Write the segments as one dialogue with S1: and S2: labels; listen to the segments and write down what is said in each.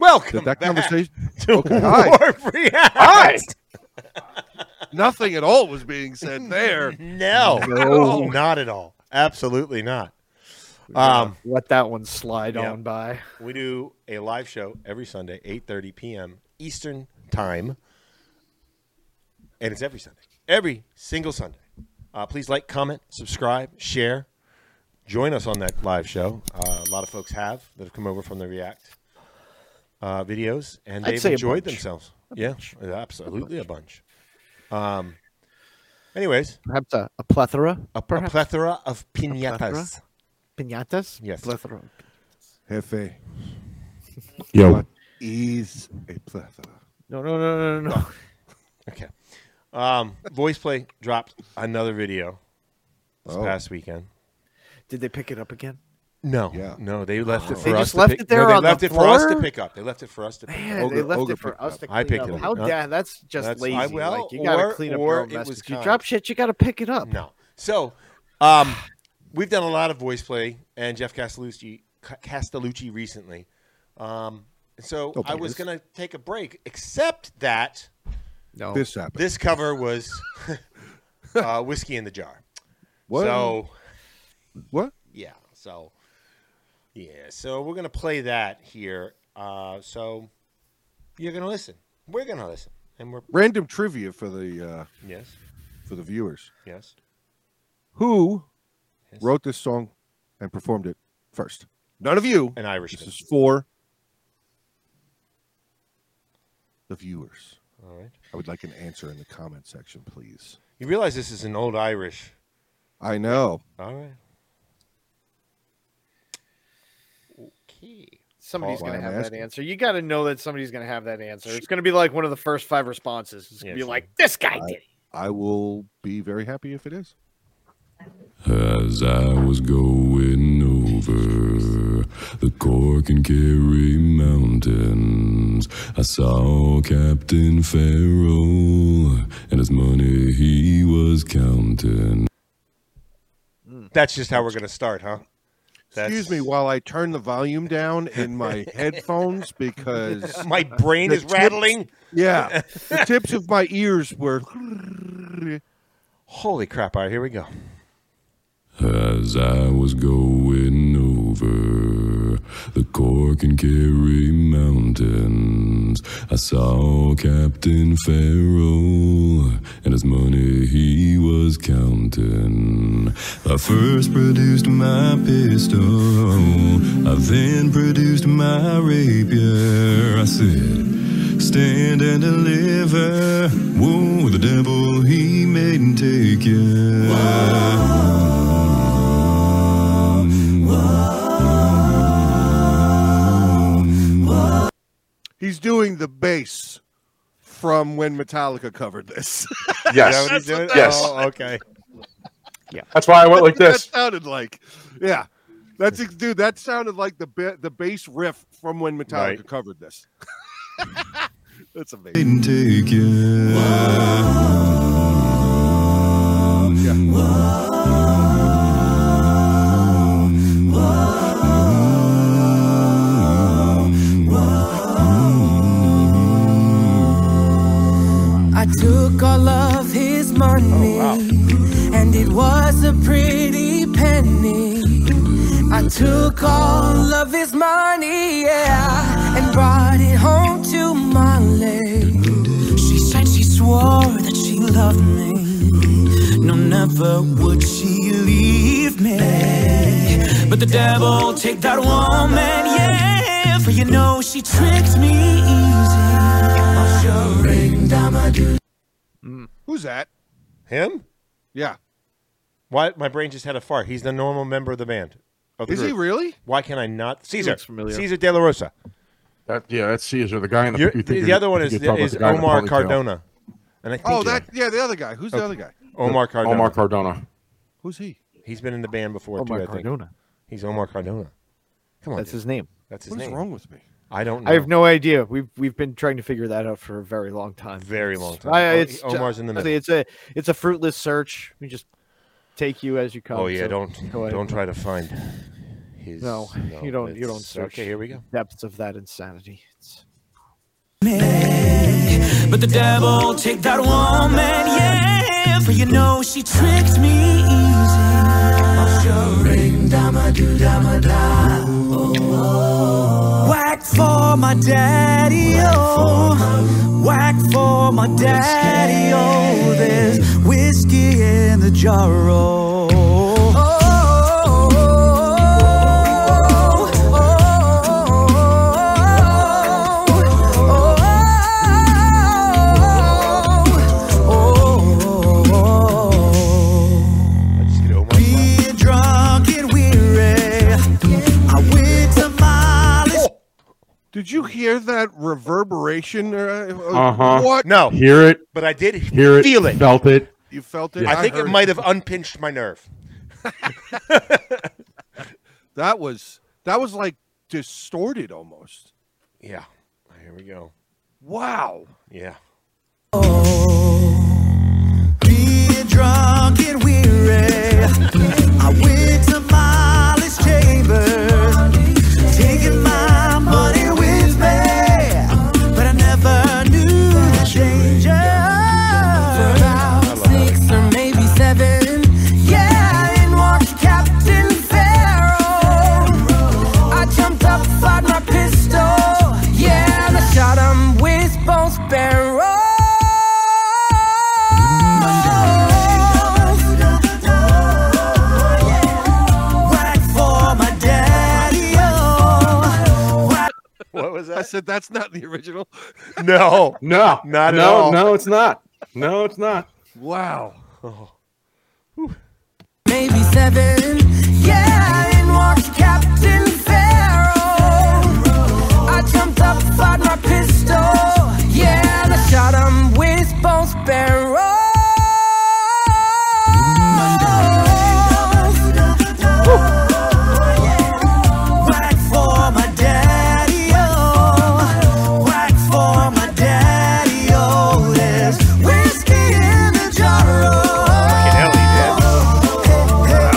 S1: Welcome
S2: Did
S1: back
S2: that conversation?
S1: to
S2: Okay, hi.
S1: Warp Reality.
S2: Hi. Nothing at all was being said there.
S1: No,
S2: No.
S1: not at all. Absolutely not. Um,
S3: Let that one slide
S1: Yeah.
S3: on by.
S1: we do a live show every Sunday, 8.30 p.m. Eastern Time. And it's every Sunday. Every single Sunday. Uh, please like, comment, subscribe, share. Join us on that live show. Uh, a lot of folks have that have come over from the React uh, videos, and
S3: I'd
S1: they've
S3: say a
S1: enjoyed
S3: bunch.
S1: themselves. yeah, absolutely a bunch. Um, anyways,
S3: Perhaps a, a plethora.
S1: a, a
S3: perhaps
S1: plethora of pinatas.
S3: plethora? pinatas.
S1: Yes.
S3: Plethora.
S2: Hefe,
S4: Yo,
S2: what is a plethora?
S3: No, no, no, no, no, no.
S1: Okay. Um, Voice Play dropped another video this
S2: Oh.
S1: past weekend.
S3: Did they pick it up again?
S1: No,
S2: Yeah.
S1: no, they left it for
S3: They
S1: us.
S3: just
S1: to
S3: left
S1: pick,
S3: it there
S1: No, they
S3: on the
S1: left it for us to
S3: floor?
S1: pick up. They left it for us to pick
S3: Man,
S1: up. Oh,
S2: Ogre-
S3: they left
S2: Ogre
S3: it for
S2: picked
S3: us
S2: it
S3: to
S1: up.
S3: clean
S1: I picked
S3: up.
S1: it up.
S3: How
S1: Huh?
S3: da- that's just
S1: That's- I-
S3: lazy.
S1: well,
S3: like, you gotta
S1: or-
S3: clean up
S1: or
S3: your own
S1: it
S3: mess.
S1: was
S3: If you
S1: kind.
S3: drop shit, you gotta pick it up.
S1: No. So, um, we've done a lot of voice play and Jeff Castellucci, Ca- Castellucci recently. Um, so
S2: No
S1: I was
S2: bias.
S1: going to take a break, except that Oh.
S3: No.
S2: This happened.
S1: this cover was uh, whiskey in the jar.
S2: what?
S1: So
S2: what?
S1: yeah so yeah so we're gonna play that here uh so you're gonna listen we're gonna listen and we're
S2: Random trivia for the uh,
S1: yes
S2: for the viewers.
S1: yes
S2: Who
S1: Yes.
S2: wrote this song and performed it first? None of you.
S1: an
S2: This
S1: irishman
S2: is for the viewers.
S1: all right
S2: I would like an answer in the comment section, please.
S1: you realize this is an old irish
S2: I know.
S1: all right okay
S3: Somebody's
S1: Oh,
S2: Why
S3: gonna
S2: I'm
S3: have that
S2: asking.
S3: answer. You gotta know that somebody's gonna have that answer. It's gonna be like one of the first five responses. It's gonna
S1: Yeah,
S3: be
S1: sure.
S3: like, this guy
S2: I-
S3: did it.
S2: I will be very happy if it is.
S4: as I was going over the Cork and Kerry mountains, I saw Captain Farrell and his money he was counting.
S1: that's just how we're gonna start huh That's-
S2: Excuse me while I turn the volume down in my headphones because
S1: my brain
S2: The
S1: is
S2: chips-
S1: rattling
S2: yeah, the tips of my ears were
S1: holy crap all right here we go
S4: As I was going over the Cork and Kerry mountains, I saw Captain Farrell and his money he was counting. I first produced my pistol, I then produced my rapier. I said, Stand and deliver. Whoa, the devil he made and take you.
S2: He's doing the bass from when Metallica covered this.
S1: Is that
S5: Yes,
S1: what he's doing?
S5: Yes.
S1: Oh, okay
S5: that's why I
S1: Oh,
S5: went like
S2: that
S5: this.
S2: sounded like, yeah, that's ex- dude. That sounded like the ba- the bass riff from when Metallica
S1: Right.
S2: covered this. that's amazing.
S4: didn't take you.
S6: I took all of his money, and it was a pretty penny. I took all of his money, yeah, and brought it home to Molly. She said she swore that she loved me. No, never would she leave me. But the devil take that woman, yeah, for you know she tricked me easy. I'll sure ring down my
S2: Who's that?
S1: him
S2: Yeah,
S1: Why my brain just had a fart. He's the normal member of the band. Of the
S2: is he
S1: group.
S2: really?
S1: Why can I not? Caesar.
S3: looks familiar.
S1: Caesar De La Rosa.
S5: That, yeah, that's Caesar, the guy in the.
S1: You're-
S5: you think
S1: the
S5: you're-
S1: other one
S5: you
S1: is,
S5: think you're talking
S1: is
S5: about the guy in the
S1: Omar
S5: ponytail.
S1: Cardona. And I think
S2: Oh, that yeah, the other guy. Who's the other guy?
S1: Omar Cardona.
S5: Omar Cardona.
S2: Who's he?
S1: He's been in the band before
S3: Omar
S1: too. I think
S3: Cardona.
S1: he's Omar Cardona. Come on,
S3: That's
S1: dude.
S3: his name.
S1: that's his
S2: What's
S1: name.
S2: wrong with me?
S1: I don't. know.
S3: I have no idea. We've we've been trying to figure that out for a very long time.
S1: Very long time.
S3: I,
S1: Oh,
S3: it's
S1: Omar's in the middle.
S3: It's a it's a fruitless search. We just take you as you come.
S1: Oh yeah,
S3: so
S1: don't
S3: go ahead.
S1: don't try to find His
S3: No, you don't. You
S1: it's-
S3: don't search.
S1: Okay, here we go.
S3: the Depths of that insanity. It's
S6: But the devil take that woman, yeah. For you know she tricked me easy. I'll show ring, dama do dama da. Oh, oh. Whack for my daddy, oh. Whack for my daddy, oh. There's whiskey in the jar, oh. Oh, oh, oh, oh, oh, oh, oh.
S1: I just get oh my.
S2: Did you
S1: Mm.
S2: hear that reverberation? Uh
S5: Uh-huh.
S2: What?
S1: No,
S5: Hear it,
S1: but I did
S5: hear it,
S1: feel it.
S5: felt it.
S2: You felt it?
S1: I think
S2: heard
S1: it might have unpinched my nerve.
S2: That was that was like distorted almost.
S1: Yeah. Ah, Here we go.
S2: Wow.
S1: Yeah.
S6: Oh, Fired my pistol, yeah, and I shot him with both barrels. Whack for my daddy, oh. Whack
S1: What was
S2: I
S1: that?
S2: said that's not the original.
S1: no.
S5: No,
S1: Not at
S5: no,
S1: all.
S5: No, it's not. No, it's not.
S2: Wow.
S6: maybe seven. Yeah, and watched Captain Pharaoh. I jumped up, fired my pistol. Yeah, and I shot him with both barrels. Whack for my daddy-o. Whack for my daddy-o. There's whiskey in the oh. jar-o.
S1: Fucking hell, he did.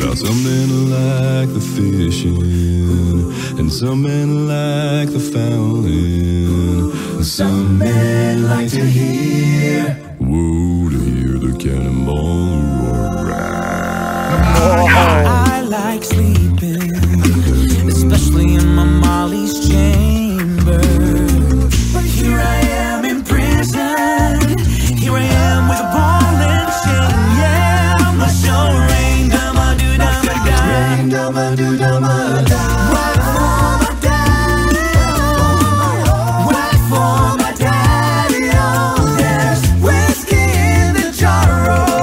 S4: Now some men like the fishing, and some men like the fouling, and some men like to hear. Whoa, to hear the cannonball roar.
S6: I like sleeping, especially in my Molly's chamber. But here I am in prison. Here I am with a ball and chain. Yeah, I'm a show ring, dama do dama da. Ring, dama do dama da. Whack for my daddy, oh. Whack for my daddy, oh. There's whiskey in the jar, oh.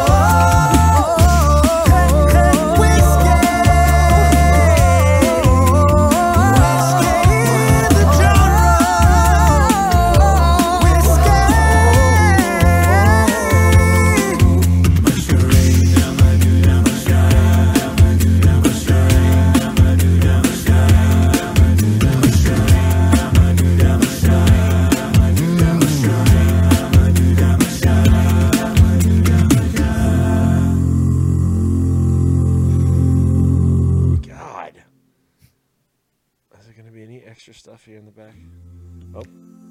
S1: God. Is there going to be any extra stuff here in the back? Oh,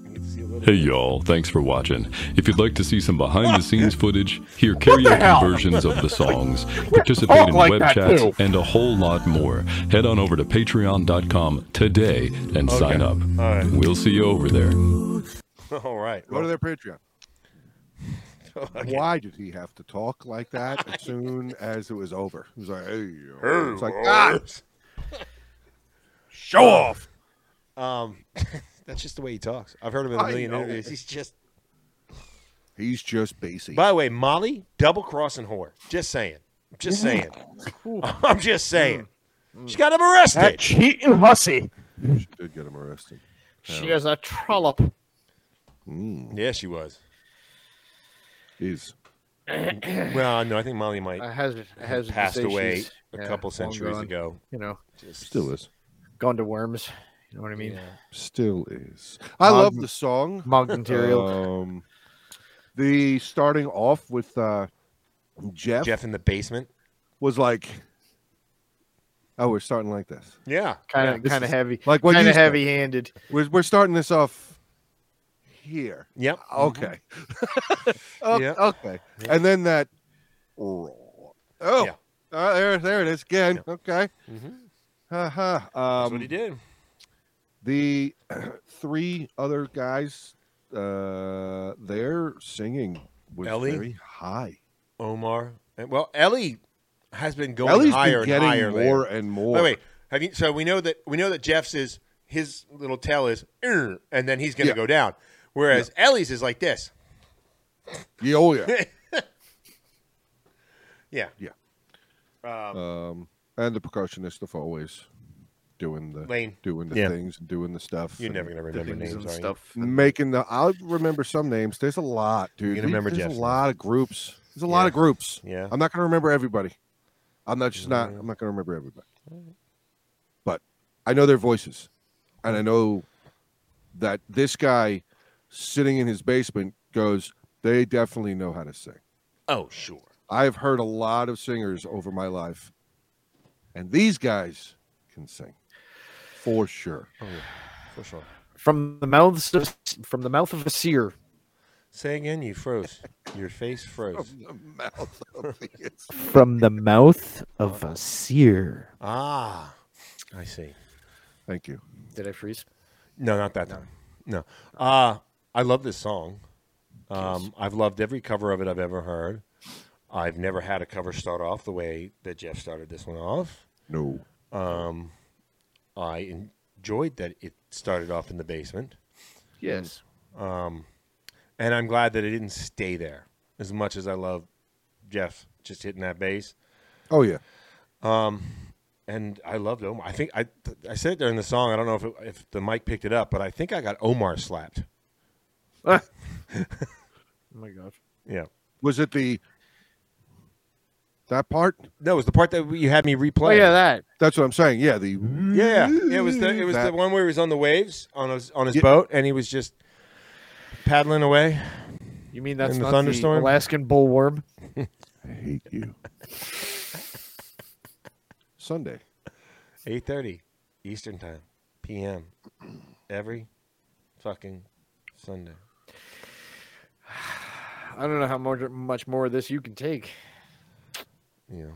S1: I get to see a little.
S4: Hey y'all, thanks for watching. If you'd like to see some behind the scenes footage, hear karaoke
S5: hell?
S4: versions of the songs, participate in
S5: like
S4: web
S5: that,
S4: chats,
S5: too.
S4: and a whole lot more, head on over to patreon.com today and sign up.
S1: right.
S4: We'll see you over there.
S1: All right.
S2: Go to their Patreon.
S1: Okay.
S2: Why did he have to talk like that as soon as it was over? It was like, hey, uh, it's like,
S1: Hey,
S2: ah,
S1: Lars.
S2: show off.
S1: Um, that's just the way he talks. I've heard him in a
S2: I
S1: million
S2: know.
S1: interviews. He's just.
S2: "Ah!" He's just basic.
S1: By the way, Molly, double crossing whore. Just saying. Just saying. I'm just saying. She got him
S5: That
S1: arrested.
S5: cheating hussy.
S2: she did get him arrested.
S3: she is a trollop.
S2: Mm.
S1: yeah, she was.
S2: He's
S1: Well, no, I think Molly might
S3: I has has
S1: passed away a couple centuries ago.
S3: You know,
S2: still is.
S3: gone to worms. You know what I mean?
S2: Still is.
S1: Um,
S2: I love the song.
S3: Monk
S1: Uh,
S3: material.
S2: Um, the starting off with uh, Jeff,
S1: Jeff in the basement.
S2: was like, "Oh, we're starting like this.
S1: Yeah.
S3: Kind
S2: yeah,
S3: of,
S2: this
S3: kind of
S2: is
S3: heavy.
S2: like what
S3: kind
S2: you
S3: of
S2: said.
S3: heavy-handed.
S2: We're we're starting this off here."
S1: Yep. Mm.
S2: Okay. O-
S1: Mm-hmm. Yeah.
S2: Okay.
S1: Yeah.
S2: And then that. Oh,
S1: Yeah.
S2: uh, there, there it is again. Okay.
S1: Mhm.
S2: Haha.
S1: That's
S2: Um,
S1: what he did.
S2: the three other guys uh their singing was
S1: Ellie?
S2: very high
S1: Omar. and- Well, Ellie has been going
S2: Ellie's
S1: higher
S2: been getting
S1: and higher. lately.
S2: more and more
S1: Wait, wait. Have you? So we know that we know that Jeff's is his little tail is, "Er," and then he's going to
S2: Yeah.
S1: go down. Whereas Ellie's is like this.
S2: yeah oh yeah
S1: Yeah.
S2: Yeah.
S1: Um,
S2: um and the percussionist of always doing the
S1: Lane.
S2: doing the
S1: Yeah.
S2: things and doing the stuff
S1: You're
S2: and
S1: never going to remember names,
S3: things and
S1: are you?
S3: stuff.
S2: making the i'll remember some names there's a lot dude
S1: gonna remember
S2: there's
S1: Jeff's
S2: a
S1: name.
S2: lot of groups there's a lot
S1: Yeah.
S2: of groups
S1: Yeah.
S2: i'm not gonna remember everybody i'm not just not i'm not gonna remember everybody but i know their voices and i know that this guy sitting in his basement goes they definitely know how to sing
S1: Oh, sure.
S2: i've heard a lot of singers over my life and these guys can sing for sure
S1: For sure.
S3: From the mouths of, from the mouth of a seer.
S1: Say again. You froze. Your face froze.
S2: The mouth of the-
S7: From the mouth of a seer.
S1: Ah, I see.
S2: thank you
S3: Did I freeze?
S1: No, not that time. No. Uh, I love this song. Um, I've loved every cover of it I've ever heard. I've never had a cover start off the way that Jeff started this one off.
S2: no
S1: I enjoyed that it started off in the basement,
S3: Yes.
S1: and I'm glad that it didn't stay there. As much as I love Jeff just hitting that bass,
S2: oh yeah
S1: and I loved Omar. I think I I said it during the song. I don't know if it, if the mic picked it up, but I think I got Omar slapped.
S3: Oh my god.
S1: Yeah.
S2: Was it the that part?
S1: No, it was the part that you had me replay.
S3: Oh yeah, that.
S2: That's what I'm saying. Yeah, the
S1: Yeah, yeah. it was the it was the
S2: That-
S1: one where he was on the waves on his on his
S2: Yeah.
S1: boat, and he was just paddling away.
S3: You mean that's
S1: the
S3: not
S1: thunderstorm?
S3: the Alaskan bullworm?
S2: I hate you. Sunday.
S1: Eight thirty Eastern time, p.m. every fucking Sunday.
S3: I don't know how much much more of this you can take.
S1: You know,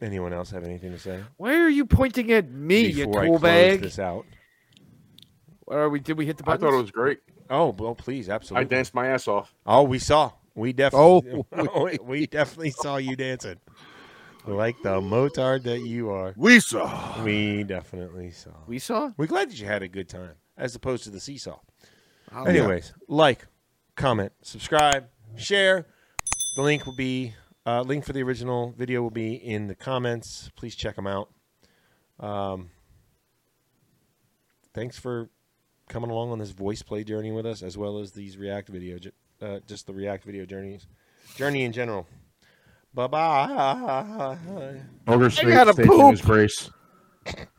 S1: anyone else have anything to say
S3: Why are you pointing at me,
S1: before I
S3: you tool
S1: close
S3: bag?
S1: this out?
S3: What are we? Did we hit the
S5: I
S3: button?
S5: thought it was great.
S1: Oh well, please,
S5: I
S1: absolutely.
S5: danced my ass off.
S1: oh, we saw. We definitely.
S2: Oh,
S1: we, definitely saw you dancing, like the motard that you are.
S2: We saw.
S1: We definitely saw.
S3: we saw.
S1: We're glad that you had a good time, as opposed to the seesaw.
S3: Oh,
S1: Anyways, like, comment, subscribe, share. The link will be uh, link for the original video will be in the comments. Please check them out. Um, thanks for coming along on this voice play journey with us, as well as these React video, ju- uh, just the React video journeys, journey in general. Bye bye.
S8: Ogre
S3: gotta
S8: Snake station is grace.